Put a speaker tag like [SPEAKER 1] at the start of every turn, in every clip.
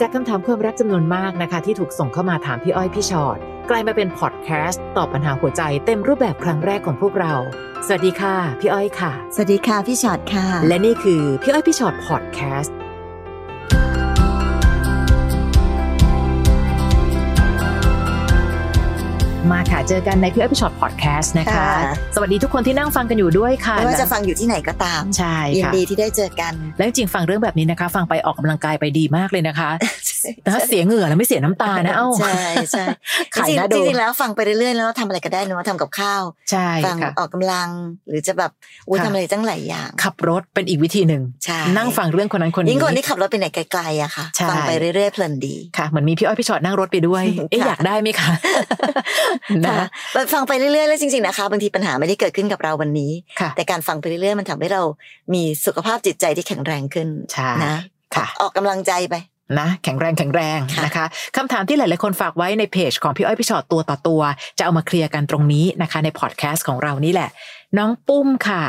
[SPEAKER 1] จากคำถามความรักจำนวนมากนะคะ ที่ถูกส่งเข้ามาถามพี่อ้อยพี่ชอ็อตกลายมาเป็นพอดแคสต์ตอบปัญหาหัวใจเต็มรูปแบบครั้งแรกของพวกเรา สวัสดีค่ะ พี่อ้อยค่ะ
[SPEAKER 2] สวัสดีค่ะ พี่ชอตค่ะ
[SPEAKER 1] และนี่คือพี่อ้อยพี่ชอ็อตพอดแคสต์มาค่ะเจอกันในพี่อ้อยพี่ชอ็อตพอดแคสต์นะคะ
[SPEAKER 2] ค่ะ
[SPEAKER 1] สวัสดีทุกคนที่นั่งฟังกันอยู่ด้วยค่ะ
[SPEAKER 2] ไม่ว่าจะฟังอยู่ที่ไหนก็ตาม
[SPEAKER 1] ใช่
[SPEAKER 2] ยิน
[SPEAKER 1] ค่ะ
[SPEAKER 2] ดีที่ได้เจอกัน
[SPEAKER 1] แล้วจริงๆฟังเรื่องแบบนี้นะคะ ฟังไปออกกำลังกายไปดีมากเลยนะคะนะคะเสียเหงื่อแล้วไม่เสียน้ำตานะเอ้า
[SPEAKER 2] ใช่ใช่
[SPEAKER 1] ขายหน้า
[SPEAKER 2] จ
[SPEAKER 1] ดู
[SPEAKER 2] ริงๆจริงๆแล้วฟังไปเรื่อยๆแล้วเราทำอะไรก็ได้เนอะทำกับข้าว
[SPEAKER 1] ใช่
[SPEAKER 2] ฟั
[SPEAKER 1] ค่ะ
[SPEAKER 2] ออกกำลัง หรือจะแบบอุ้ย
[SPEAKER 1] ค่ะ
[SPEAKER 2] ทำอะไรตั้งหลายอย่าง
[SPEAKER 1] ขับรถเป็นอีกวิธีหนึ่ง
[SPEAKER 2] ใช่
[SPEAKER 1] นั่งฟังเรื่องคนนั้นคนนี้
[SPEAKER 2] ยิ่งคนที่ขับรถไปไหนไกลๆอะค่ะ
[SPEAKER 1] ใช่
[SPEAKER 2] ฟัไปเรื่อยๆเพลินดี
[SPEAKER 1] ค่ะเหมือนมีพี่อ้อยพี่ชอตนั่งรถไป ด้วย เอ๊ะอยากได้ไหมคะ นะ
[SPEAKER 2] ค่ะแบบฟังไปเรื่อยๆแล้วจริงๆนะคะบางทีปัญหาไม่ได้เกิดขึ้นกับเราวันนี้
[SPEAKER 1] ค่ะ
[SPEAKER 2] แต่การฟังไปเรื่อยๆมันทำให้เรามีสุขภาพจิตใจที่แข็งแรงขึ้น
[SPEAKER 1] ใช่
[SPEAKER 2] นะ
[SPEAKER 1] ค่ะ
[SPEAKER 2] ออกกำลังใจไป
[SPEAKER 1] นะแข็งแรงแข็งแรง
[SPEAKER 2] ค่ะ
[SPEAKER 1] นะคะคำถามที่หลาย ๆ คนฝากไว้ในเพจของพี่อ้อยพี่ชอตตัวต่อตัว จะเอามาเคลียร์กันตรงนี้นะคะ ในพอดแคสต์ของเรานี่แหละ น้องปุ้มค่ะ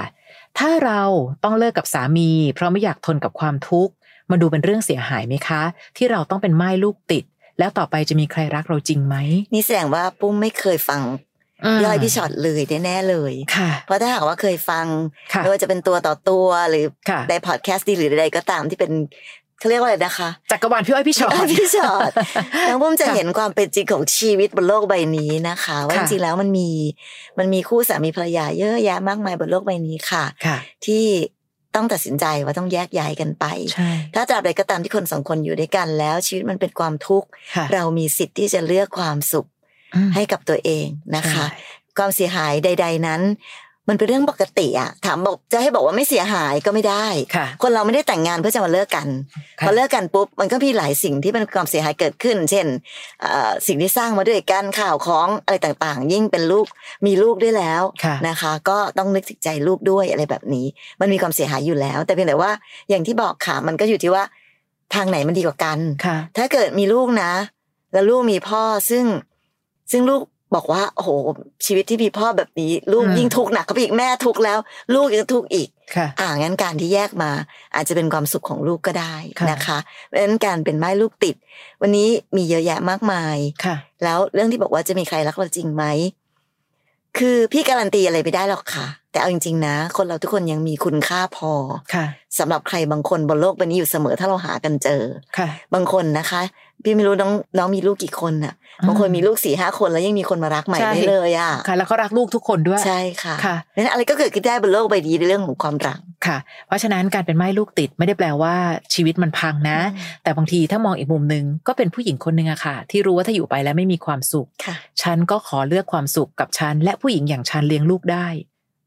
[SPEAKER 1] ถ้าเราต้องเลิกกับสามี เพราะไม่อยากทนกับความทุกข์มันดูเป็นเรื่องเสียหายไหมคะ ที่เราต้องเป็นไม้ลูกติด แล้วต่อไปจะมีใครรักเราจริงไหม
[SPEAKER 2] นี่แสดงว่าปุ้มไม่เคยฟังย่อยพี่ชอตเลยแน่ๆเลย
[SPEAKER 1] ค่ะ
[SPEAKER 2] เพราะถ้าหากว่าเคยฟัง
[SPEAKER 1] ค่ะ
[SPEAKER 2] ไม่ว่าจะเป็นตัวต่อตัวหรือ
[SPEAKER 1] ค่ะ
[SPEAKER 2] ในพอดแคสต์ดีหรือใดๆก็ตามที่เป็นเขาเรียกว่าอะไรนะคะ
[SPEAKER 1] จักรวาลพี่อ้อยพี่ชอต
[SPEAKER 2] พี่ชอตน้องปุ้มจะ
[SPEAKER 1] ค่ะ
[SPEAKER 2] เห็นความเป็นจริงของชีวิตบนโลกใบนี้นะคะว่า
[SPEAKER 1] ค่ะ
[SPEAKER 2] จริงๆแล้วมันมีมันมีคู่สามีภรรยาเยอะแยะมากมายบนโลกใบนี้ค่ะ
[SPEAKER 1] ค่ะ
[SPEAKER 2] ที่ต้องตัดสินใจว่าต้องแยกย้ายกันไป
[SPEAKER 1] ใช่
[SPEAKER 2] ถ้าตราบใดก็ตามที่คนสองคนอยู่ด้วยกันแล้ว ชีวิตมันเป็นความทุกข์
[SPEAKER 1] ค่ะ
[SPEAKER 2] เรามีสิทธิ์ที่จะเลือกความสุข
[SPEAKER 1] อืม
[SPEAKER 2] ให้กับตัวเองนะคะ
[SPEAKER 1] ใช่
[SPEAKER 2] ความเสียหายใด ๆนั้น มันเป็นเรื่องปกติอะถามบอกจะให้บอกว่าไม่เสียหายก็ไม่ได้
[SPEAKER 1] ค่ะ
[SPEAKER 2] คนเราไม่ได้แต่งงานเพื่อจะมาเลิกกัน
[SPEAKER 1] ค่ะ
[SPEAKER 2] พอเลิกกันปุ๊บมันก็มีหลายสิ่งที่เป็นความเสียหายเกิดขึ้น เช่นเอ่อสิ่งที่สร้างมาด้วยกันข่าวของอะไรต่างๆ ยิ่งเป็นลูกมีลูกด้วยแล้ว
[SPEAKER 1] ค่ะ
[SPEAKER 2] นะคะ ก็ต้องนึกถึงใจลูกด้วยอะไรแบบนี้ มันมีความเสียหายอยู่แล้ว แต่เพียงแต่ว่าอย่างที่บอกค่ะมันก็อยู่ที่ว่าทางไหนมันดีกว่ากัน
[SPEAKER 1] ค่ะ
[SPEAKER 2] ถ้าเกิดมีลูกนะ แล้วลูกมีพ่อซึ่ง ซึ่งลูกบอกว่าโอ้โหชีวิตที่มีพ่อแบบนี้ ลูก
[SPEAKER 1] อืม
[SPEAKER 2] ยิ่งทุกข์หนักเข้าไปอีกแม่ทุกข์แล้ว ลูกยังทุกข์อีก
[SPEAKER 1] ค่ะ
[SPEAKER 2] อ่างั้นการที่แยกมา อาจจะเป็นความสุขของลูกก็ได้
[SPEAKER 1] ค่ะ
[SPEAKER 2] นะคะเพราะฉะนั้นการเป็นไม้ลูกติด วันนี้มีเยอะแยะมากมาย
[SPEAKER 1] ค่ะ
[SPEAKER 2] แล้วเรื่องที่บอกว่าจะมีใครรักเราจริงไหม คือพี่การันตีอะไรไม่ได้หรอกค่ะ แต่เอาจริงๆนะ คนเราทุกคนยังมีคุณค่าพอ
[SPEAKER 1] ค่ะ
[SPEAKER 2] สำหรับใครบางคนบนโลกใบนี้อยู่เสมอถ้าเราหากันเจอ
[SPEAKER 1] ค่ะ
[SPEAKER 2] บางคนนะคะ พี่ไม่รู้น้องน้องมีลูกกี่คนน่ะ บางคนมีลูกสี่ห้าคนแล้วยังมีคนมารักใหม่
[SPEAKER 1] ใช่
[SPEAKER 2] ได้เลยอ่ะ
[SPEAKER 1] ค่ะแล้วเขารักลูกทุกคนด้วย
[SPEAKER 2] ใช่ค่ะ
[SPEAKER 1] ค่ะ
[SPEAKER 2] นั้นอะไรก็เกิดขึ้นได้บนโลกใบนี้ในเรื่องของความรัก
[SPEAKER 1] ค่ะ เพราะฉะนั้นการเป็นไม้ลูกติดไม่ได้แปลว่าชีวิตมันพังนะ แต่บางทีถ้ามองอีกมุมหนึ่งก็เป็นผู้หญิงคนหนึ่งอะค่ะ ที่รู้ว่าถ้าอยู่ไปแล้วไม่มีความสุข
[SPEAKER 2] ค่ะ
[SPEAKER 1] ฉันก็ขอเลือกความสุขกับฉัน และผู้หญิงอย่างฉันเลี้ยงลูกได้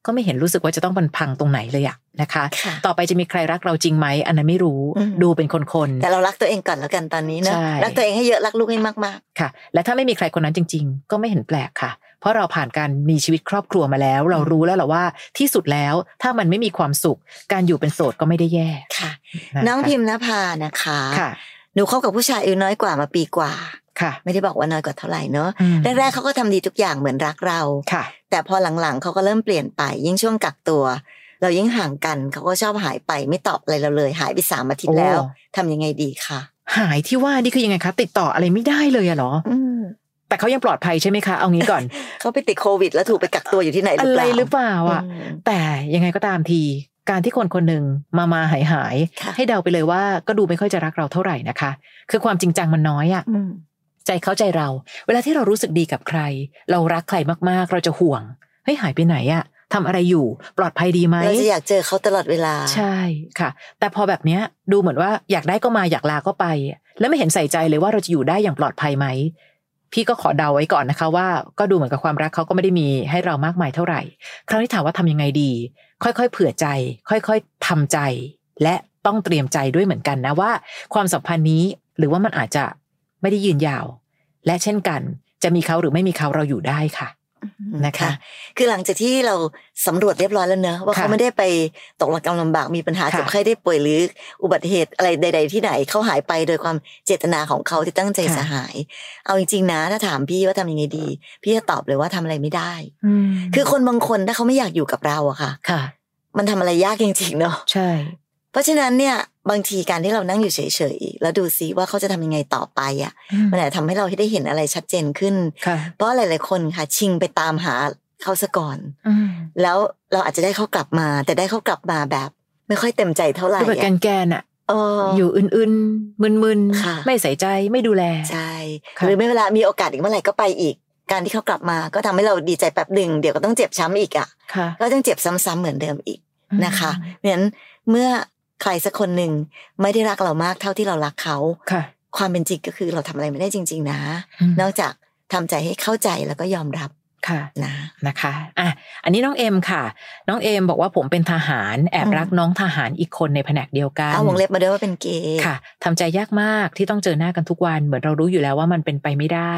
[SPEAKER 1] ก็ไม่เห็นรู้สึกว่าจะต้องมันพังตรงไหนเลยอะนะคะ
[SPEAKER 2] ค่ะ
[SPEAKER 1] ต่อไปจะมีใครรักเราจริงไหมอันนั้นไม่รู้
[SPEAKER 2] อืม
[SPEAKER 1] ดูเป็นคนคนๆ
[SPEAKER 2] แต่เรารักตัวเองก่อนแล้วกันตอนนี้เนอะ
[SPEAKER 1] ใช่
[SPEAKER 2] รักตัวเองให้เยอะรักลูกให้มาก
[SPEAKER 1] ค่ะและถ้าไม่มีใครคนนั้นจริง ๆ ก็ไม่เห็นแปลกค่ะ เพราะเราผ่านการมีชีวิตครอบครัวมาแล้ว เรารู้แล้วแหละว่าที่สุดแล้วถ้ามันไม่มีความสุข การอยู่เป็นโสดก็ไม่ได้แย่
[SPEAKER 2] ๆ ค่ะ
[SPEAKER 1] ะ
[SPEAKER 2] น้องพิมพ์นภานะคะ
[SPEAKER 1] ค่ะ
[SPEAKER 2] หนูคบกับผู้ชายอายุน้อยกว่ามาปีกว่า
[SPEAKER 1] ค่ะ
[SPEAKER 2] ไม่ได้บอกว่าน้อยกว่าเท่าไหร่เนอะ
[SPEAKER 1] อืม
[SPEAKER 2] แรกๆเขาก็ทำดีทุกอย่างเหมือนรักเรา
[SPEAKER 1] ค่ะ
[SPEAKER 2] แต่พอหลังๆเขาก็เริ่มเปลี่ยนไป ยิ่งช่วงกักตัว เรายิ่งห่างกันเขาก็ชอบหายไปไม่ตอบอะไรเราเลย หายไปสามอาทิตย์แล้ว
[SPEAKER 1] โอ้
[SPEAKER 2] ทำยังไงดีคะ
[SPEAKER 1] หายที่ว่านี่คือยังไงคะ ติดต่ออะไรไม่ได้เลยอะเหรอ
[SPEAKER 2] อืม
[SPEAKER 1] แต่เขายังปลอดภัยใช่ไหมคะเอางี้ก่อน
[SPEAKER 2] เขาไปติดโควิด แล้วถูกไปกักตัวอยู่ที่ไหนห
[SPEAKER 1] อะ
[SPEAKER 2] รือเป
[SPEAKER 1] ไร
[SPEAKER 2] ล่า
[SPEAKER 1] หรือเปล่าอะ
[SPEAKER 2] อืม
[SPEAKER 1] แต่ยังไงก็ตามที การที่คนคนหนึ่งมามาหายหายๆ
[SPEAKER 2] ค่ะ
[SPEAKER 1] ให้เดาไปเลยว่าก็ดูไม่ค่อยจะรักเราเท่าไหร่นะคะ คือความจริงจังมันน้อยอะ
[SPEAKER 2] อืม
[SPEAKER 1] ใจเขาใจเรา เวลาที่เรารู้สึกดีกับใคร เรารักใครมากๆ เราจะห่วงเฮ้ยหายไปไหนอะทำอะไรอยู่ ปลอดภัยดีไหม
[SPEAKER 2] เราจะอยากเจอเขาตลอดเวลา
[SPEAKER 1] ใช่ค่ะ แต่พอแบบเนี้ยดูเหมือนว่าอยากได้ก็มาอยากลาก็ไป แล้วไม่เห็นใส่ใจเลยว่าเราจะอยู่ได้อย่างปลอดภัยไหม พี่ก็ขอเดาไว้ก่อนนะคะ ว่าก็ดูเหมือนกับความรักเขาก็ไม่ได้มีให้เรามากมายเท่าไหร่ คราวนี้ถามว่าทำยังไงดี ค่อยๆ เผื่อใจ ค่อยๆทำใจ และต้องเตรียมใจด้วยเหมือนกันนะว่า ความสัมพันธ์นี้หรือว่ามันอาจจะไม่ได้ยืนยาว และเช่นกัน จะมีเขาหรือไม่มีเขาเราอยู่ได้ค่ะ นะคะ
[SPEAKER 2] คือหลังจากที่เราสำรวจเรียบร้อยแล้วเนอะว่า
[SPEAKER 1] ค่ะ
[SPEAKER 2] เขาไม่ได้ไปตกหลักกำลำบากมีปัญหา
[SPEAKER 1] ค่ะ
[SPEAKER 2] เจ็บไข้ได้ป่วยหรืออุบัติเหตุอะไรใด ๆ ที่ไหนเขาหายไปโดยความเจตนาของเขาที่ตั้งใจ
[SPEAKER 1] ค่ะ
[SPEAKER 2] จะหาย เอาจริงๆนะถ้าถามพี่ว่าทำยังไงดี พี่จะตอบเลยว่าทำอะไรไม่ได้ คือคนบางคนถ้าเขาไม่อยากอยู่กับเราอะค่ะ
[SPEAKER 1] ค่ะ
[SPEAKER 2] มันทำอะไรยากจริงๆเนอะ
[SPEAKER 1] ใช่
[SPEAKER 2] เพราะฉะนั้นเนี่ย บางทีการที่เรานั่งอยู่เฉยๆแล้วดูซิว่าเขาจะทำยังไงต่อไปอ่ะมันอาจจะทำให้เราได้เห็นอะไรชัดเจนขึ้น
[SPEAKER 1] ค่ะ
[SPEAKER 2] เพราะหลายๆคนค่ะ ชิงไปตามหาเขาซะก่อน แล้วเราอาจจะได้เขากลับมา แต่ได้เขากลับมาแบบ ไม่ค่อยเต็มใจเท่าไหร่
[SPEAKER 1] คือแบบแก
[SPEAKER 2] อะ
[SPEAKER 1] นแกนๆอะ
[SPEAKER 2] เอออ
[SPEAKER 1] อยู่อื่นๆมึน
[SPEAKER 2] ค่ะ
[SPEAKER 1] ไม่ใส่ใจไม่ดูแล
[SPEAKER 2] ใช่
[SPEAKER 1] ค่ะ
[SPEAKER 2] หรือไม่เวลามีโอกาสอีกเมื่อไหร่ก็ไปอีก การที่เขากลับมาก็ทำให้เราดีใจแป๊บหนึ่งเดี๋ยวก็ต้องเจ็บช้ำอีกอ่ะ
[SPEAKER 1] ค่ะ
[SPEAKER 2] ก็ต้องเจ็บซ้ำๆเหมือนเดิมอีก นะคะเพราะฉะนั้นเมื่อใครสักคนหนึ่งไม่ได้รักเรามากเท่าที่เรารักเขา
[SPEAKER 1] ค่ะ
[SPEAKER 2] ความเป็นจริงก็คือเราทำอะไรไม่ได้จริง ๆ นะ
[SPEAKER 1] ม
[SPEAKER 2] นอกจากทำใจให้เข้าใจแล้วก็ยอมรับ
[SPEAKER 1] ค่ะ
[SPEAKER 2] นะ
[SPEAKER 1] นะคะอ่ะอันนี้น้องเอ็มค่ะ น้องเอ็มบอกว่าผมเป็นทหารแอบ
[SPEAKER 2] อืม
[SPEAKER 1] รักน้องทหารอีกคนในแผนกเดียวกัน
[SPEAKER 2] เอาวงเล็บมาด้วยว่าเป็นเกย์
[SPEAKER 1] ค่ะทำใจยากมากที่ต้องเจอหน้ากันทุกวันเหมือนเรารู้อยู่แล้วว่ามันเป็นไปไม่ได้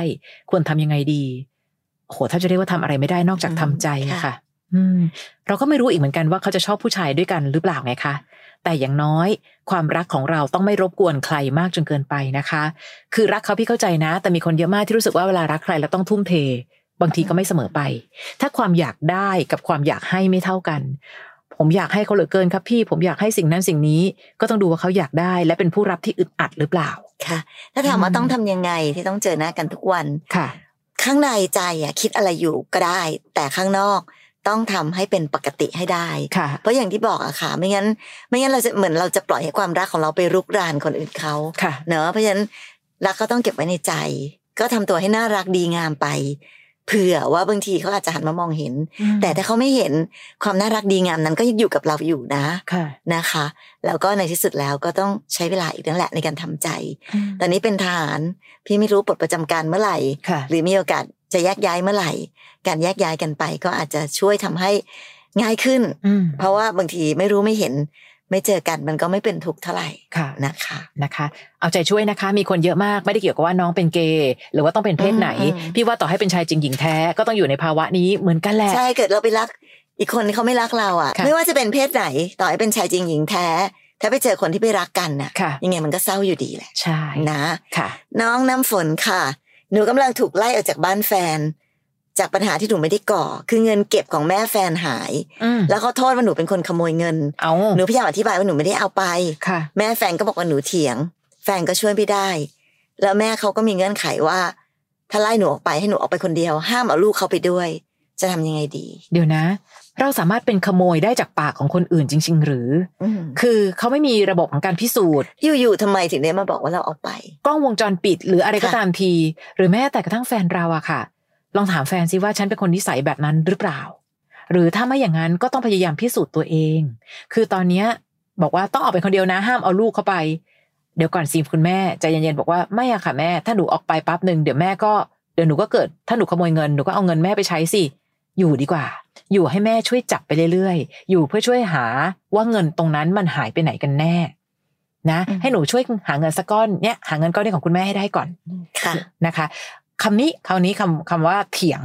[SPEAKER 1] ควรทำยังไงดีโหถ้าจะเรียกว่าทำอะไรไม่ได้นอกจากทำใจอะค่ะ อืม เราก็ไม่รู้อีกเหมือนกันว่าเขาจะชอบผู้ชายด้วยกันหรือเปล่าไงคะแต่อย่างน้อย ความรักของเราต้องไม่รบกวนใครมากจนเกินไปนะคะ คือรักเขาพี่เข้าใจนะ แต่มีคนเยอะมากที่รู้สึกว่าเวลารักใครแล้วต้องทุ่มเท บางทีก็ไม่เสมอไป ถ้าความอยากได้กับความอยากให้ไม่เท่ากัน ผมอยากให้เขาเหลือเกินครับพี่ ผมอยากให้สิ่งนั้นสิ่งนี้ ก็ต้องดูว่าเขาอยากได้ และเป็นผู้รับที่อึดอัดหรือเปล่า
[SPEAKER 2] ค่ะ ถ้าถามว่า
[SPEAKER 1] อืม
[SPEAKER 2] ต้องทำยังไงที่ต้องเจอหน้ากันทุกวัน
[SPEAKER 1] ค่ะ
[SPEAKER 2] ข้างในใจอ่ะคิดอะไรอยู่ก็ได้ แต่ข้างนอกต้องทำให้เป็นปกติให้ได้
[SPEAKER 1] ค่ะ
[SPEAKER 2] เพราะอย่างที่บอกอะค่ะ ไม่งั้น ไม่งั้นเราจะเหมือนเราจะปล่อยให้ความรักของเราไปรุกรานคนอื่นเขา
[SPEAKER 1] ค่ะ
[SPEAKER 2] เนอะเพราะฉะนั้นรักก็ต้องเก็บไว้ในใจ ก็ทำตัวให้น่ารักดีงามไป เผื่อว่าบางทีเขาอาจจะหันมามองเห็น แต่ถ้าเขาไม่เห็นความน่ารักดีงามนั้นก็ยังอยู่กับเราอยู่นะ
[SPEAKER 1] ค่ะ
[SPEAKER 2] นะคะ แล้วก็ในที่สุดแล้วก็ต้องใช้เวลาอีกนั่นแหละในการทำใจ ตอนนี้เป็นทหารพี่ไม่รู้ปลดประจำการเมื่อไหร่
[SPEAKER 1] ค่ะ
[SPEAKER 2] หรือมีโอกาสจะแยกย้ายเมื่อไหร่ การแยกย้ายกันไป ก็อาจจะช่วยทำให้ง่ายขึ้น
[SPEAKER 1] อืม
[SPEAKER 2] เพราะว่าบางทีไม่รู้ไม่เห็น ไม่เจอกันมันก็ไม่เป็นทุกข์เท่าไหร่
[SPEAKER 1] ค่ะ
[SPEAKER 2] นะคะ
[SPEAKER 1] นะคะเอาใจช่วยนะคะ มีคนเยอะมากไม่ได้เกี่ยวกับว่าน้องเป็นเกย์หรือว่าต้องเป็นเพศไหน
[SPEAKER 2] อืมอืม
[SPEAKER 1] พี่ว่าต่อให้เป็นชายจริงหญิงแท้ก็ต้องอยู่ในภาวะนี้เหมือนกันแหละ
[SPEAKER 2] ใช่เกิดเราไปรักอีกคนเขาไม่รักเราอ่ะ
[SPEAKER 1] ค่ะ
[SPEAKER 2] ไม่ว่าจะเป็นเพศไหน ต่อให้เป็นชายจริงหญิงแท้ ถ้าไปเจอคนที่ไม่รักกันน่ะ
[SPEAKER 1] ค่ะ
[SPEAKER 2] ยังไงมันก็เศร้าอยู่ดีแหละ
[SPEAKER 1] ใช่
[SPEAKER 2] นะ
[SPEAKER 1] ค่ะ
[SPEAKER 2] น้องน้ำฝนค่ะ หนูกำลังถูกไล่ออกจากบ้านแฟน จากปัญหาที่หนูไม่ได้ก่อ คือเงินเก็บของแม่แฟนหาย
[SPEAKER 1] อืม
[SPEAKER 2] แล้วเขาโทษว่าหนูเป็นคนขโมยเงิน
[SPEAKER 1] เอา
[SPEAKER 2] หนูพยายามอธิบายว่าหนูไม่ได้เอาไป
[SPEAKER 1] ค่ะ
[SPEAKER 2] แม่แฟนก็บอกว่าหนูเถียง แฟนก็ช่วยไม่ได้ แล้วแม่เขาก็มีเงื่อนไขว่า ถ้าไล่หนูออกไปให้หนูออกไปคนเดียว ห้ามเอาลูกเขาไปด้วย จะทำยังไงดี
[SPEAKER 1] เดี๋ยวนะ เราสามารถเป็นขโมยได้จากปากของคนอื่นจริง ๆ หรือ
[SPEAKER 2] อืม
[SPEAKER 1] คือเขาไม่มีระบบของการพิสูจน์
[SPEAKER 2] อยู่ๆทำไมถึงได้มาบอกว่าเราเอาไป
[SPEAKER 1] กล้องวงจรปิด หรืออะไรก็
[SPEAKER 2] ค่ะ
[SPEAKER 1] ตามที หรือแม้แต่กระทั่งแฟนเราอะค่ะ ลองถามแฟนซิว่าฉันเป็นคนนิสัยแบบนั้นหรือเปล่า หรือถ้าไม่อย่างนั้นก็ต้องพยายามพิสูจน์ตัวเอง คือตอนเนี้ยบอกว่าต้องออกไปคนเดียวนะ ห้ามเอาลูกเข้าไป เดี๋ยวก่อนซีมคุณแม่ใจเย็นๆบอกว่าไม่อะค่ะแม่ ถ้าหนูออกไปปั๊บหนึ่งเดี๋ยวแม่ก็เดี๋ยวหนูก็เกิด ถ้าหนูขโมยเงินหนูก็เอาเงินแม่ไปใช้สิ อยู่ดีกว่า อยู่ให้แม่ช่วยจับไปเรื่อยๆ อยู่เพื่อช่วยหาว่าเงินตรงนั้นมันหายไปไหนกันแน่ นะ
[SPEAKER 2] อืม
[SPEAKER 1] ให้หนูช่วยหาเงินสักก้อนเนี้ยหาเงินก้อนนี้ของคุณแม่ให้ได้ก่อน
[SPEAKER 2] ค่ะ
[SPEAKER 1] นะคะคำนี้คราวนี้คำคำว่าเถียง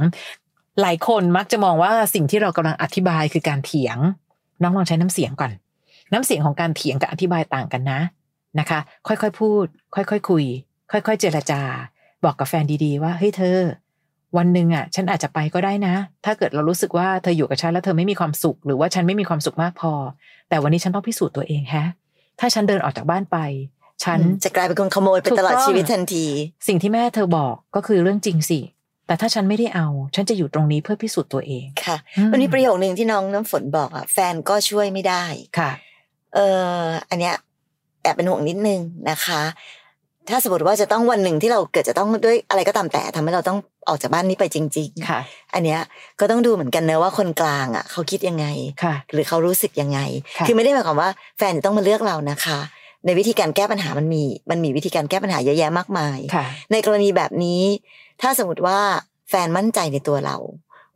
[SPEAKER 1] หลายคนมักจะมองว่าสิ่งที่เรากำลังอธิบายคือการเถียง น้องลองใช้น้ำเสียงก่อน น้ำเสียงของการเถียงกับอธิบายต่างกันนะนะคะ ค่อยๆพูด ค่อยๆคุย ค่อย ๆ เจรจา บอกกับแฟนดีๆ ว่าเฮ้ยเธอ วันหนึ่งอ่ะ ฉันอาจจะไปก็ได้นะ ถ้าเกิดเรารู้สึกว่าเธออยู่กับฉันแล้วเธอไม่มีความสุข หรือว่าฉันไม่มีความสุขมากพอ แต่วันนี้ฉันต้องพิสูจน์ตัวเองแฮะ ถ้าฉันเดินออกจากบ้านไป ฉัน
[SPEAKER 2] จะกลายเป็นคนขโมยไป
[SPEAKER 1] ถู
[SPEAKER 2] ตลอด
[SPEAKER 1] กต้อง
[SPEAKER 2] ชีวิตทันที
[SPEAKER 1] สิ่งที่แม่เธอบอกก็คือเรื่องจริงสิ แต่ถ้าฉันไม่ได้เอา ฉันจะอยู่ตรงนี้เพื่อพิสูจน์ตัวเอง
[SPEAKER 2] ค่ะ มันมีประโยคหนึ่งที่น้องน้ำฝนบอกอ่ะ แฟนก็ช่วยไม่ได้
[SPEAKER 1] ค่ะ
[SPEAKER 2] เอออันเนี้ยแอบเป็นห่วงนิดนึงนะคะ ถ้าสมมติว่าจะต้องวันหนึ่งที่เราเกิดจะต้องด้วยอะไรก็ตามแต่ทำให้เราต้องออกจากบ้านนี้ไปจริงๆ
[SPEAKER 1] ค่ะ
[SPEAKER 2] อันเนี้ยก็ต้องดูเหมือนกันนะว่าคนกลางอ่ะเขาคิดยังไง
[SPEAKER 1] ค่ะ
[SPEAKER 2] หรือเขารู้สึกยังไง
[SPEAKER 1] ค่ะ
[SPEAKER 2] คือไม่ได้หมายความว่าแฟนจะต้องมาเลือกเรานะคะ ในวิธีการแก้ปัญหามันมี มันมีวิธีการแก้ปัญหาเยอะแยะมากมาย
[SPEAKER 1] ค่ะ
[SPEAKER 2] ในกรณีแบบนี้ ถ้าสมมติว่าแฟนมั่นใจในตัวเรา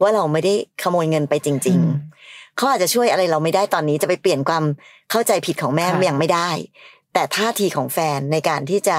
[SPEAKER 2] ว่าเราไม่ได้ขโมยเงินไปจริง
[SPEAKER 1] อืม
[SPEAKER 2] ๆ เขาอาจจะช่วยอะไรเราไม่ได้ตอนนี้จะไปเปลี่ยนความเข้าใจผิดของแม่
[SPEAKER 1] ค่ะ
[SPEAKER 2] ยังไม่ได้ แต่ท่าทีของแฟนในการที่จะ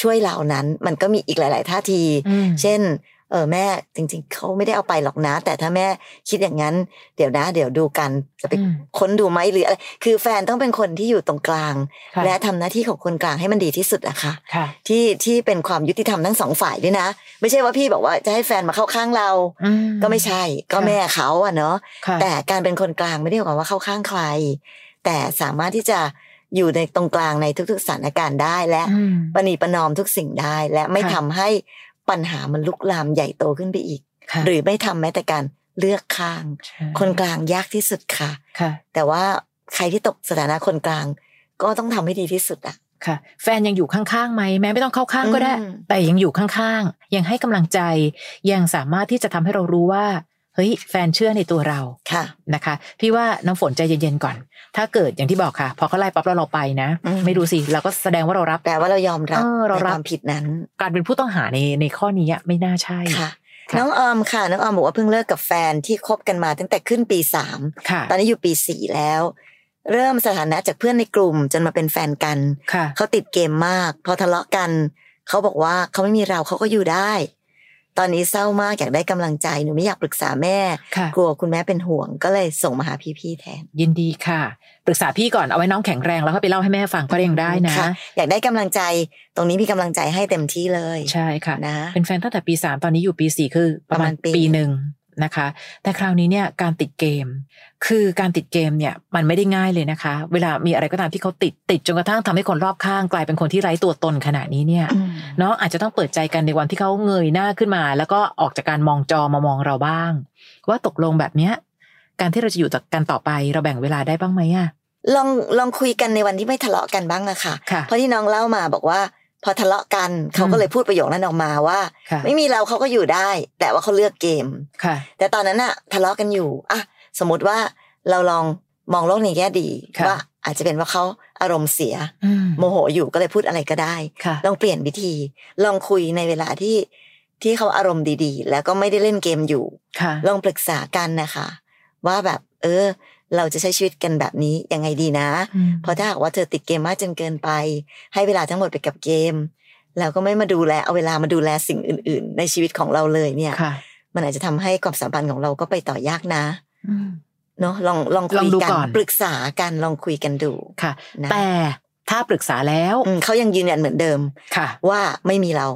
[SPEAKER 2] ช่วยเรานั้น มันก็มีอีกหลาย ๆ ท่าที
[SPEAKER 1] อืม
[SPEAKER 2] เช่น เออแม่จริง ๆเขาไม่ได้เอาไปหรอกนะ แต่ถ้าแม่คิดอย่างนั้น เดี๋ยวนะ เดี๋ยวดูกันจะไป
[SPEAKER 1] อืม
[SPEAKER 2] ค้นดูไหมหรืออะไรคือแฟนต้องเป็นคนที่อยู่ตรงกลาง
[SPEAKER 1] ค่
[SPEAKER 2] และทำหน้าที่ของคนกลางให้มันดีที่สุดอะค่ะ
[SPEAKER 1] ค่ะ
[SPEAKER 2] ที่ที่เป็นความยุติธรรมทั้งสองฝ่ายด้วยนะ ไม่ใช่ว่าพี่บอกว่าจะให้แฟนมาเข้าข้างเรา
[SPEAKER 1] อื
[SPEAKER 2] ก็ไม่ใช่ก็แม่เขาอะเนาะ
[SPEAKER 1] ค่ะ
[SPEAKER 2] แต่การเป็นคนกลางไม่ได้หมายความว่าเข้าข้างใคร แต่สามารถที่จะ อยู่ในตรงกลางในทุกๆสถานการณ์ได้และ
[SPEAKER 1] อืม
[SPEAKER 2] ประนีประนอมทุกสิ่งได้ และไม่
[SPEAKER 1] ค่ะ
[SPEAKER 2] ทำให้ปัญหามันลุกลามใหญ่โตขึ้นไปอีก
[SPEAKER 1] ค่ะ
[SPEAKER 2] หรือไม่ทำแม้แต่การเลือกข้าง
[SPEAKER 1] ใช่
[SPEAKER 2] คนกลางยากที่สุดค่ะ
[SPEAKER 1] ค่ะ
[SPEAKER 2] แต่ว่าใครที่ตกสถานะคนกลาง ก็ต้องทำให้ดีที่สุดอะ
[SPEAKER 1] ค่ะ แฟนยังอยู่ข้างๆไหมแม้ไม่ต้องเข้าข้างก็ได้
[SPEAKER 2] อืม
[SPEAKER 1] แต่ยังอยู่ข้างๆ ยังให้กำลังใจ ยังสามารถที่จะทำให้เรารู้ว่า เฮ้ย แฟนเชื่อในตัวเรา
[SPEAKER 2] ค่ะ
[SPEAKER 1] นะคะพี่ว่าน้ำฝนใจเย็นๆก่อน ถ้าเกิดอย่างที่บอกค่ะ พอเขาไล่ปั๊บแล้วเราไปนะ
[SPEAKER 2] อืม
[SPEAKER 1] ไม่ดูสิเราก็แสดงว่าเรารับ
[SPEAKER 2] แปลว่าเรายอมรับ
[SPEAKER 1] เออเรา
[SPEAKER 2] ใน
[SPEAKER 1] รับ
[SPEAKER 2] ความผิดนั้น
[SPEAKER 1] การเป็นผู้ต้องหาในในข้อนี้อะไม่น่าใช่
[SPEAKER 2] ค่ะ
[SPEAKER 1] ค่ะ
[SPEAKER 2] น้องออมค่ะ น้องออมบอกว่าเพิ่งเลิกกับแฟนที่คบกันมาตั้งแต่ขึ้นปีสาม
[SPEAKER 1] ค่ะ
[SPEAKER 2] ตอนนี้อยู่ปีสี่แล้ว เริ่มสถานะจากเพื่อนในกลุ่มจนมาเป็นแฟนกัน
[SPEAKER 1] ค่ะ
[SPEAKER 2] เขาติดเกมมาก พอทะเลาะกัน เขาบอกว่าเขาไม่มีเราเขาก็อยู่ได้ ตอนนี้เศร้ามากอยากได้กำลังใจหนูไม่อยากปรึกษาแม่
[SPEAKER 1] ค่ะ
[SPEAKER 2] กลัวคุณแม่เป็นห่วงก็เลยส่งมาหาพี่ๆแทน
[SPEAKER 1] ยินดีค่ะ ปรึกษาพี่ก่อนเอาไว้น้องแข็งแรงแล้วก็ไปเล่าให้แม่ฟังก็ยังได้นะ
[SPEAKER 2] ค่อยากได้กำลังใจ ตรงนี้มีกำลังใจให้เต็มที่เลย
[SPEAKER 1] ใช่ค่ะ
[SPEAKER 2] นะ
[SPEAKER 1] เป็นแฟนตั้งแต่ปีสามตอนนี้อยู่ปีสี่คือประมาณ
[SPEAKER 2] ประมาณปี
[SPEAKER 1] ปีหนึ่งนะคะ แต่คราวนี้เนี่ยการติดเกม คือการติดเกมเนี่ยมันไม่ได้ง่ายเลยนะคะ เวลามีอะไรก็ตามที่เขาติดติดจนกระทั่งทำให้คนรอบข้างกลายเป็นคนที่ไร้ตัวตนขนาดนี้เนี่ย
[SPEAKER 2] อืม
[SPEAKER 1] เนาะอาจจะต้องเปิดใจกันในวันที่เขาเงยหน้าขึ้นมา แล้วก็ออกจากการมองจอมามองเราบ้าง ว่าตกลงแบบเนี้ย การที่เราจะอยู่จากกันต่อไปเราแบ่งเวลาได้บ้างไหมอะ
[SPEAKER 2] ลองลองคุยกันในวันที่ไม่ทะเลาะกันบ้างอะค่ะ
[SPEAKER 1] ค่ะ
[SPEAKER 2] เพราะที่น้องเล่ามาบอกว่า พอทะเลาะกันเขาก็เลยพูดประโยคนั้นออกมาว่า
[SPEAKER 1] ค่ะ
[SPEAKER 2] ไม่มีเราเขาก็อยู่ได้ แต่ว่าเขาเลือกเกม
[SPEAKER 1] ค่ะ
[SPEAKER 2] แต่ตอนนั้นอะทะเลาะกันอยู่อะสมมติว่าเราลองมองโลกในแง่ดี
[SPEAKER 1] ค่ะ
[SPEAKER 2] ว่าอาจจะเป็นว่าเขาอารมณ์เสีย
[SPEAKER 1] อืม
[SPEAKER 2] โมโหอยู่ก็เลยพูดอะไรก็ได้
[SPEAKER 1] ค่ะ
[SPEAKER 2] ลองเปลี่ยนวิธี ลองคุยในเวลาที่ที่เขาอารมณ์ดีๆ แล้วก็ไม่ได้เล่นเกมอยู่
[SPEAKER 1] ค่ะ
[SPEAKER 2] ลองปรึกษากันนะคะ ว่าแบบเออ เราจะใช้ชีวิตกันแบบนี้ยังไงดีนะ
[SPEAKER 1] อืม
[SPEAKER 2] เพราะถ้าหากว่าเธอติดเกมมากจนเกินไป ให้เวลาทั้งหมดไปกับเกม แล้วก็ไม่มาดูแลเอาเวลามาดูแลสิ่งอื่น ๆ ในชีวิตของเราเลยเนี่ย
[SPEAKER 1] ค่ะ
[SPEAKER 2] มันอาจจะทำให้ความสัมพันธ์ของเราก็ไปต่อยากนะ
[SPEAKER 1] อืม
[SPEAKER 2] เนาะลองลอง
[SPEAKER 1] ล
[SPEAKER 2] คุ
[SPEAKER 1] อย งดู
[SPEAKER 2] กัน
[SPEAKER 1] ก่อน
[SPEAKER 2] ปรึกษากันลองคุยกันดู
[SPEAKER 1] ค่ะ
[SPEAKER 2] นะ
[SPEAKER 1] แต่ถ้าปรึกษาแล้ว
[SPEAKER 2] อืมเขายังยืนยันเหมือนเดิม
[SPEAKER 1] ค่ะ
[SPEAKER 2] ว่าไม่มีเรา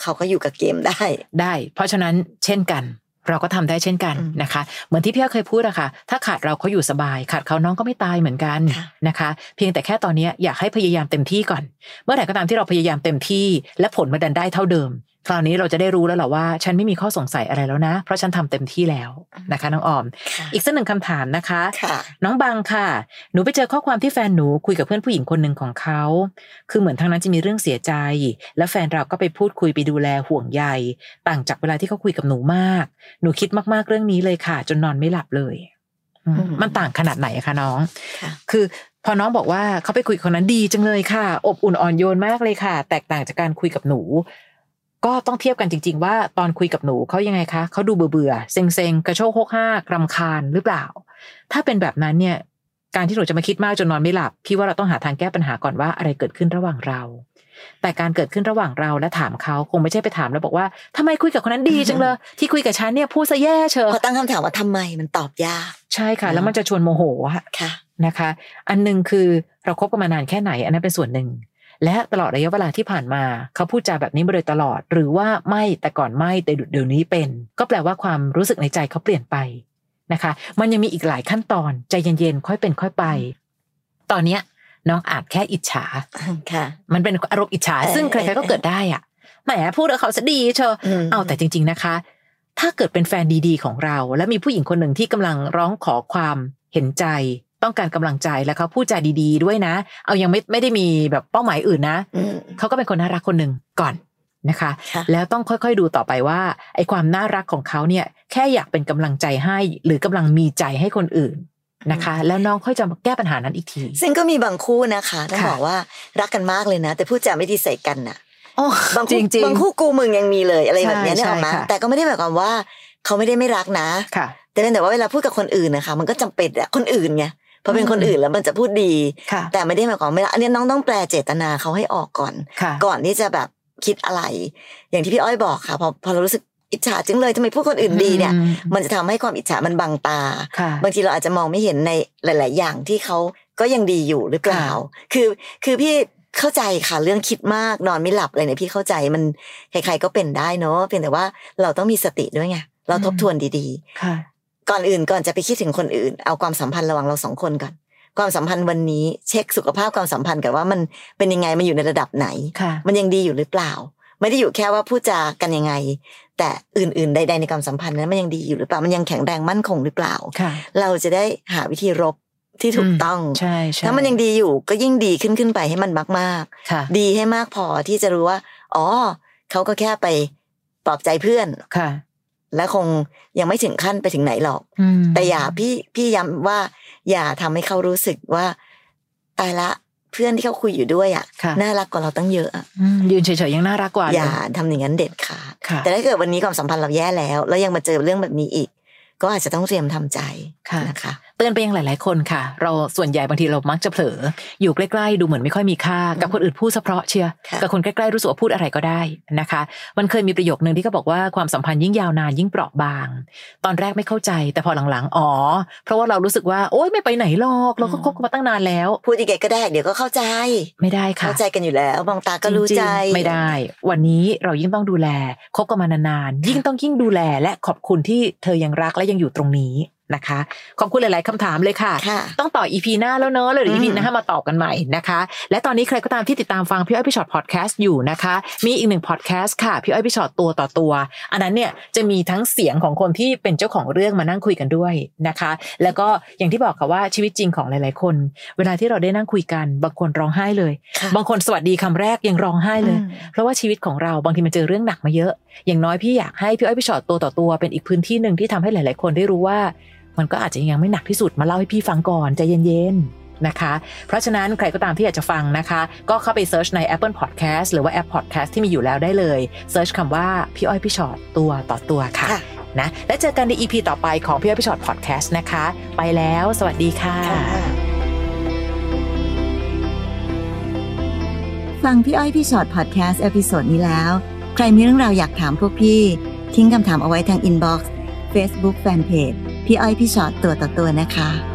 [SPEAKER 2] เขาก็อยู่กับเกมได้
[SPEAKER 1] ได้ เพราะฉะนั้นเช่นกัน เราก็ทำได้เช่นกัน
[SPEAKER 2] อืม
[SPEAKER 1] นะคะ เหมือนที่พี่อ้อยเคยพูดอะค่ะ ถ้าขาดเราเขาอยู่สบาย ขาดเขาน้องก็ไม่ตายเหมือนกัน
[SPEAKER 2] ค่ะ
[SPEAKER 1] นะคะ เพียงแต่แค่ตอนเนี้ยอยากให้พยายามเต็มที่ก่อน เมื่อไหร่ก็ตามที่เราพยายามเต็มที่ และผลมันดันได้เท่าเดิม คราวนี้เราจะได้รู้แล้วเหรอว่า ฉันไม่มีข้อสงสัยอะไรแล้วนะ เพราะฉันทำเต็มที่แล้วนะคะน้องออม
[SPEAKER 2] ค่ะ
[SPEAKER 1] อีกสักหนึ่งคำถามนะคะ
[SPEAKER 2] ค่ะ
[SPEAKER 1] น้องบางค่ะ หนูไปเจอข้อความที่แฟนหนูคุยกับเพื่อนผู้หญิงคนหนึ่งของเขา คือเหมือนทางนั้นจะมีเรื่องเสียใจ แล้วแฟนเราก็ไปพูดคุยไปดูแลห่วงใย ต่างจากเวลาที่เขาคุยกับหนูมาก หนูคิดมากๆเรื่องนี้เลยค่ะ จนนอนไม่หลับเลยอืมมันต่างขนาดไหนอะคะน้อง
[SPEAKER 2] ค่ะ
[SPEAKER 1] คือพอน้องบอกว่าเขาไปคุยกับคนนั้นดีจังเลยค่ะ อบอุ่นอ่อนโยนมากเลยค่ะ แตกต่างจากการคุยกับหนู ก็ต้องเทียบกันจริง ๆ ว่าตอนคุยกับหนูเขายังไงคะเขาดูเบื่อๆเซ็งๆกระโชกโคกห้ากรำคาญหรือเปล่า ถ้าเป็นแบบนั้นเนี่ย การที่หนูจะมาคิดมากจนนอนไม่หลับพี่ว่าเราต้องหาทางแก้ปัญหาก่อนว่าอะไรเกิดขึ้นระหว่างเรา แต่การเกิดขึ้นระหว่างเราและถามเขาคงไม่ใช่ไปถามแล้วบอกว่าทำไมคุยกับคนนั้นดีจังเลย ที่คุยกับฉันเนี่ยพูดซะแย่เชยว
[SPEAKER 2] พอตั้งคำถามว่าทำไมมันตอบยาก
[SPEAKER 1] ใช่ค่ะ แล้วมันจะชวนโมโหอะ
[SPEAKER 2] ค่ะ
[SPEAKER 1] นะคะ อันหนึ่งคือเราคบกันมานานแค่ไหน อันนั้นเป็นส่วนหนึ่ง และตลอดระยะเวลาที่ผ่านมา เขาพูดจาแบบนี้มาโดยตลอด หรือว่าไม่แต่ก่อนไม่แต่เดี๋ยวนี้เป็น ก็แปลว่าความรู้สึกในใจเขาเปลี่ยนไปนะคะ มันยังมีอีกหลายขั้นตอนใจเย็นๆค่อยเป็นค่อยไป ตอนเนี้ยน้องอาจแค่อิจฉา
[SPEAKER 2] ค่ะ
[SPEAKER 1] มันเป็นอารมณ์อิจฉา ซึ่งใครๆก็เกิดได้อ่ะแหมพูดกับเขาซะดีเชยว
[SPEAKER 2] ม
[SPEAKER 1] เอาแต่จริง ๆนะคะ ถ้าเกิดเป็นแฟนดีๆของเรา และมีผู้หญิงคนหนึ่งที่กำลังร้องขอความเห็นใจ ต้องการกำลังใจแล้วเขาพูดจาดีๆด้วยนะ เอายังไม่ไม่ได้มีแบบเป้าหมายอื่นนะ
[SPEAKER 2] อืม
[SPEAKER 1] เขาก็เป็นคนน่ารักคนหนึ่งก่อนนะคะ
[SPEAKER 2] ค่ะ
[SPEAKER 1] แล้วต้องค่อยๆดูต่อไปว่าไอ้ความน่ารักของเขาเนี่ยแค่อยากเป็นกำลังใจให้ หรือกำลังมีใจให้คนอื่นนะคะ แล้วน้องค่อยจะมาแก้ปัญหานั้นอีกที
[SPEAKER 2] ซึ่งก็มีบางคู่นะคะต้อง
[SPEAKER 1] ค่ะ
[SPEAKER 2] บอกว่ารักกันมากเลยนะ แต่พูดจาไม่ดีใส่กันน่ะ
[SPEAKER 1] โอ้
[SPEAKER 2] บาง
[SPEAKER 1] จ
[SPEAKER 2] คู่
[SPEAKER 1] ริง
[SPEAKER 2] บางคู่กูมึงยังมีเลยอะไร
[SPEAKER 1] ใช่
[SPEAKER 2] แบบเนี้ยเนี่ย
[SPEAKER 1] ใช่
[SPEAKER 2] ออกมา
[SPEAKER 1] ค่ะ
[SPEAKER 2] แต่ก็ไม่ได้หมายความว่าเขาไม่ได้ไม่รักนะ
[SPEAKER 1] ๆค่ะ
[SPEAKER 2] แต่เป็นแต่ว่าเวลาพูดกับคนอื่นนะคะ มันก็จำเป็นอะคนอื่นไงพอเป็น
[SPEAKER 1] อืม
[SPEAKER 2] คนอื่นแล้วมันจะพูดดี
[SPEAKER 1] ค่ะ
[SPEAKER 2] แต่ไม่ได้หมายความไม่รักอันเนี้ยน้องต้องแปลเจตนาเขาให้ออกก่อน
[SPEAKER 1] ค่ะ
[SPEAKER 2] ก่อนที่จะแบบคิดอะไร อย่างที่พี่อ้อยบอกค่ะพอพอเรารู้สึกอิจฉาจังเลยทำไมพูดคนอื่นดีเนี่ย
[SPEAKER 1] อืม
[SPEAKER 2] มันจะทำให้ความอิจฉามันบังตา
[SPEAKER 1] ค่ะ
[SPEAKER 2] บางทีเราอาจจะมองไม่เห็นในหลาย ๆ อย่างที่เขาก็ยังดีอยู่หรือเปล่า
[SPEAKER 1] ค่ะ
[SPEAKER 2] คือคือพี่เข้าใจค่ะเรื่องคิดมากนอนไม่หลับอะไรเนี่ยพี่เข้าใจมันใครๆก็เป็นได้เนาะเพียงแต่ว่าเราต้องมีสติด้วยไงเรา
[SPEAKER 1] อืม
[SPEAKER 2] ทบทวนดี
[SPEAKER 1] ค่ะ
[SPEAKER 2] ๆ ก่อนอื่นก่อนจะไปคิดถึงคนอื่น เอาความสัมพันธ์ระหว่างเราสองคนก่อน ความสัมพันธ์วันนี้ เช็คสุขภาพความสัมพันธ์กันว่ามันเป็นยังไงมันอยู่ในระดับไหน
[SPEAKER 1] ค่ะ
[SPEAKER 2] มันยังดีอยู่หรือเปล่า ไม่ได้อยู่แค่ว่าพูดจากันยังไง แต่อื่นๆใดๆในความสัมพันธ์นั้นมันยังดีอยู่หรือเปล่ามันยังแข็งแรงมั่นคงหรือเปล่า
[SPEAKER 1] ค่ะ
[SPEAKER 2] เราจะได้หาวิธีรบที่ถูกต้อง
[SPEAKER 1] ใช่ใช่
[SPEAKER 2] ถ้ามันยังดีอยู่ก็ยิ่งดีขึ้นขึ้นไปให้มันมาก
[SPEAKER 1] ค่ะ
[SPEAKER 2] ๆ ดีให้มากพอที่จะรู้ว่า อ๋อเขาก็แค่ไปปลอบใจเพื่อน
[SPEAKER 1] ค่ะ
[SPEAKER 2] และคงยังไม่ถึงขั้นไปถึงไหนหรอก
[SPEAKER 1] อืม
[SPEAKER 2] แต่อย่าพี่พี่ย้ำว่า อย่าทำให้เขารู้สึกว่าตายละเพื่อนที่เขาคุยอยู่ด้วยอ่ะ
[SPEAKER 1] ค่ะ
[SPEAKER 2] น่ารักกว่าเราตั้งเยอะอะ
[SPEAKER 1] อืมยืนเฉยๆยังน่ารักกว่าเล
[SPEAKER 2] อย่าทำอย่างนั้นเด็ดขาด
[SPEAKER 1] ค่ะ
[SPEAKER 2] แต่ถ้าเกิดวันนี้ความสัมพันธ์เราแย่แล้ว แล้วยังมาเจอเรื่องแบบนี้อีก ก็อาจจะต้องเตรียมทำใจ
[SPEAKER 1] ค่ะ
[SPEAKER 2] นะคะ
[SPEAKER 1] เตือนไปยังหลาย ๆ คนค่ะ เราส่วนใหญ่บางทีเรามักจะเผลอ อยู่ใกล้ ๆ ดูเหมือนไม่ค่อยมีค่า กับคนอื่นพูดเฉพาะเชียร์
[SPEAKER 2] ค่ะ
[SPEAKER 1] กับคนใกล้ ๆ รู้สึกว่าพูดอะไรก็ได้นะคะ มันเคยมีประโยคนึงที่เขาบอกว่าความสัมพันธ์ยิ่งยาวนานยิ่งเปราะบาง ตอนแรกไม่เข้าใจ แต่พอหลัง ๆ อ๋อ เพราะว่าเรารู้สึกว่าโอ๊ยไม่ไปไหนหรอก เราก็คบกันมาตั้งนานแล้ว
[SPEAKER 2] พูดอีกไงก็ได้เดี๋ยวก็เข้าใจ
[SPEAKER 1] ไม่ได้ค่ะ
[SPEAKER 2] เข้าใจกันอยู่แล้วมองตาก็รู้ใจ
[SPEAKER 1] ริงๆไม่ได้ วันนี้เรายิ่งต้องดูแลคบกันมานานๆยิ่งต้องยิ่งดูแลและขอบคุณที่เธอยังรักและยังอยู่ตรงนี้นะคะ ขอบคุณหลาย ๆคำถามเลยค่ะ
[SPEAKER 2] ค่ะ
[SPEAKER 1] ต้องต่ออีพีหน้าแล้วเนอะเลยเดี๋ยว
[SPEAKER 2] อื
[SPEAKER 1] อี
[SPEAKER 2] ม
[SPEAKER 1] พีหน้ามาตอบกันใหม่นะคะ และตอนนี้ใครก็ตามที่ติดตามฟังพี่อ้อยพี่ชอตพอดแคสต์อยู่นะคะ มีอีกหนึ่งพอดแคสต์ค่ะพี่อ้อยพี่ชอตตัวต่อตัว อันนั้นเนี่ยจะมีทั้งเสียงของคนที่เป็นเจ้าของเรื่องมานั่งคุยกันด้วยนะคะ แล้วก็อย่างที่บอกค่ะว่าชีวิตจริงของหลาย ๆ คน เวลาที่เราได้นั่งคุยกันบางคนร้องไห้เลย
[SPEAKER 2] ค่ะ
[SPEAKER 1] บางคนสวัสดีคำแรกยังร้องไห้เลย
[SPEAKER 2] อืม
[SPEAKER 1] เพราะว่าชีวิตของเราบางทีมันเจอเรื่องหนักมาเยอะ อย่างน้อยพี่อยากให้พี่อ้อยพี่ชอตตัวต่อตัวเป็นอีกพื้นที่หนึ่งที่ทำให้หลาย ๆ คนได้รู้ว่า มันก็อาจจะยังไม่หนักที่สุดมาเล่าให้พี่ฟังก่อนใจเย็น ๆ นะคะ เพราะฉะนั้นใครก็ตามที่อยากจะฟังนะคะ ก็เข้าไปเซิร์ชใน Apple Podcast หรือว่าแอป Podcast ที่มีอยู่แล้วได้เลยเซิร์ชคำว่าพี่อ้อยพี่ชอตตัวต่อตัวค่ะ
[SPEAKER 2] ค่ะ
[SPEAKER 1] นะและเจอกันใน EP ต่อไปของพี่อ้อยพี่ชอต Podcast นะคะ ไปแล้ว สวัสดีค่ะ
[SPEAKER 2] ฟังพี่อ้อยพี่ชอตพอดแคสต์เอพิโซดนี้แล้ว ใครมีเรื่องราวอยากถามพวกพี่ ทิ้งคำถามเอาไว้ทางอินบ็อกซ์เฟซบุ๊กแฟนเพจพี่อ้อยพี่ชอตตัวต่อตัวนะคะ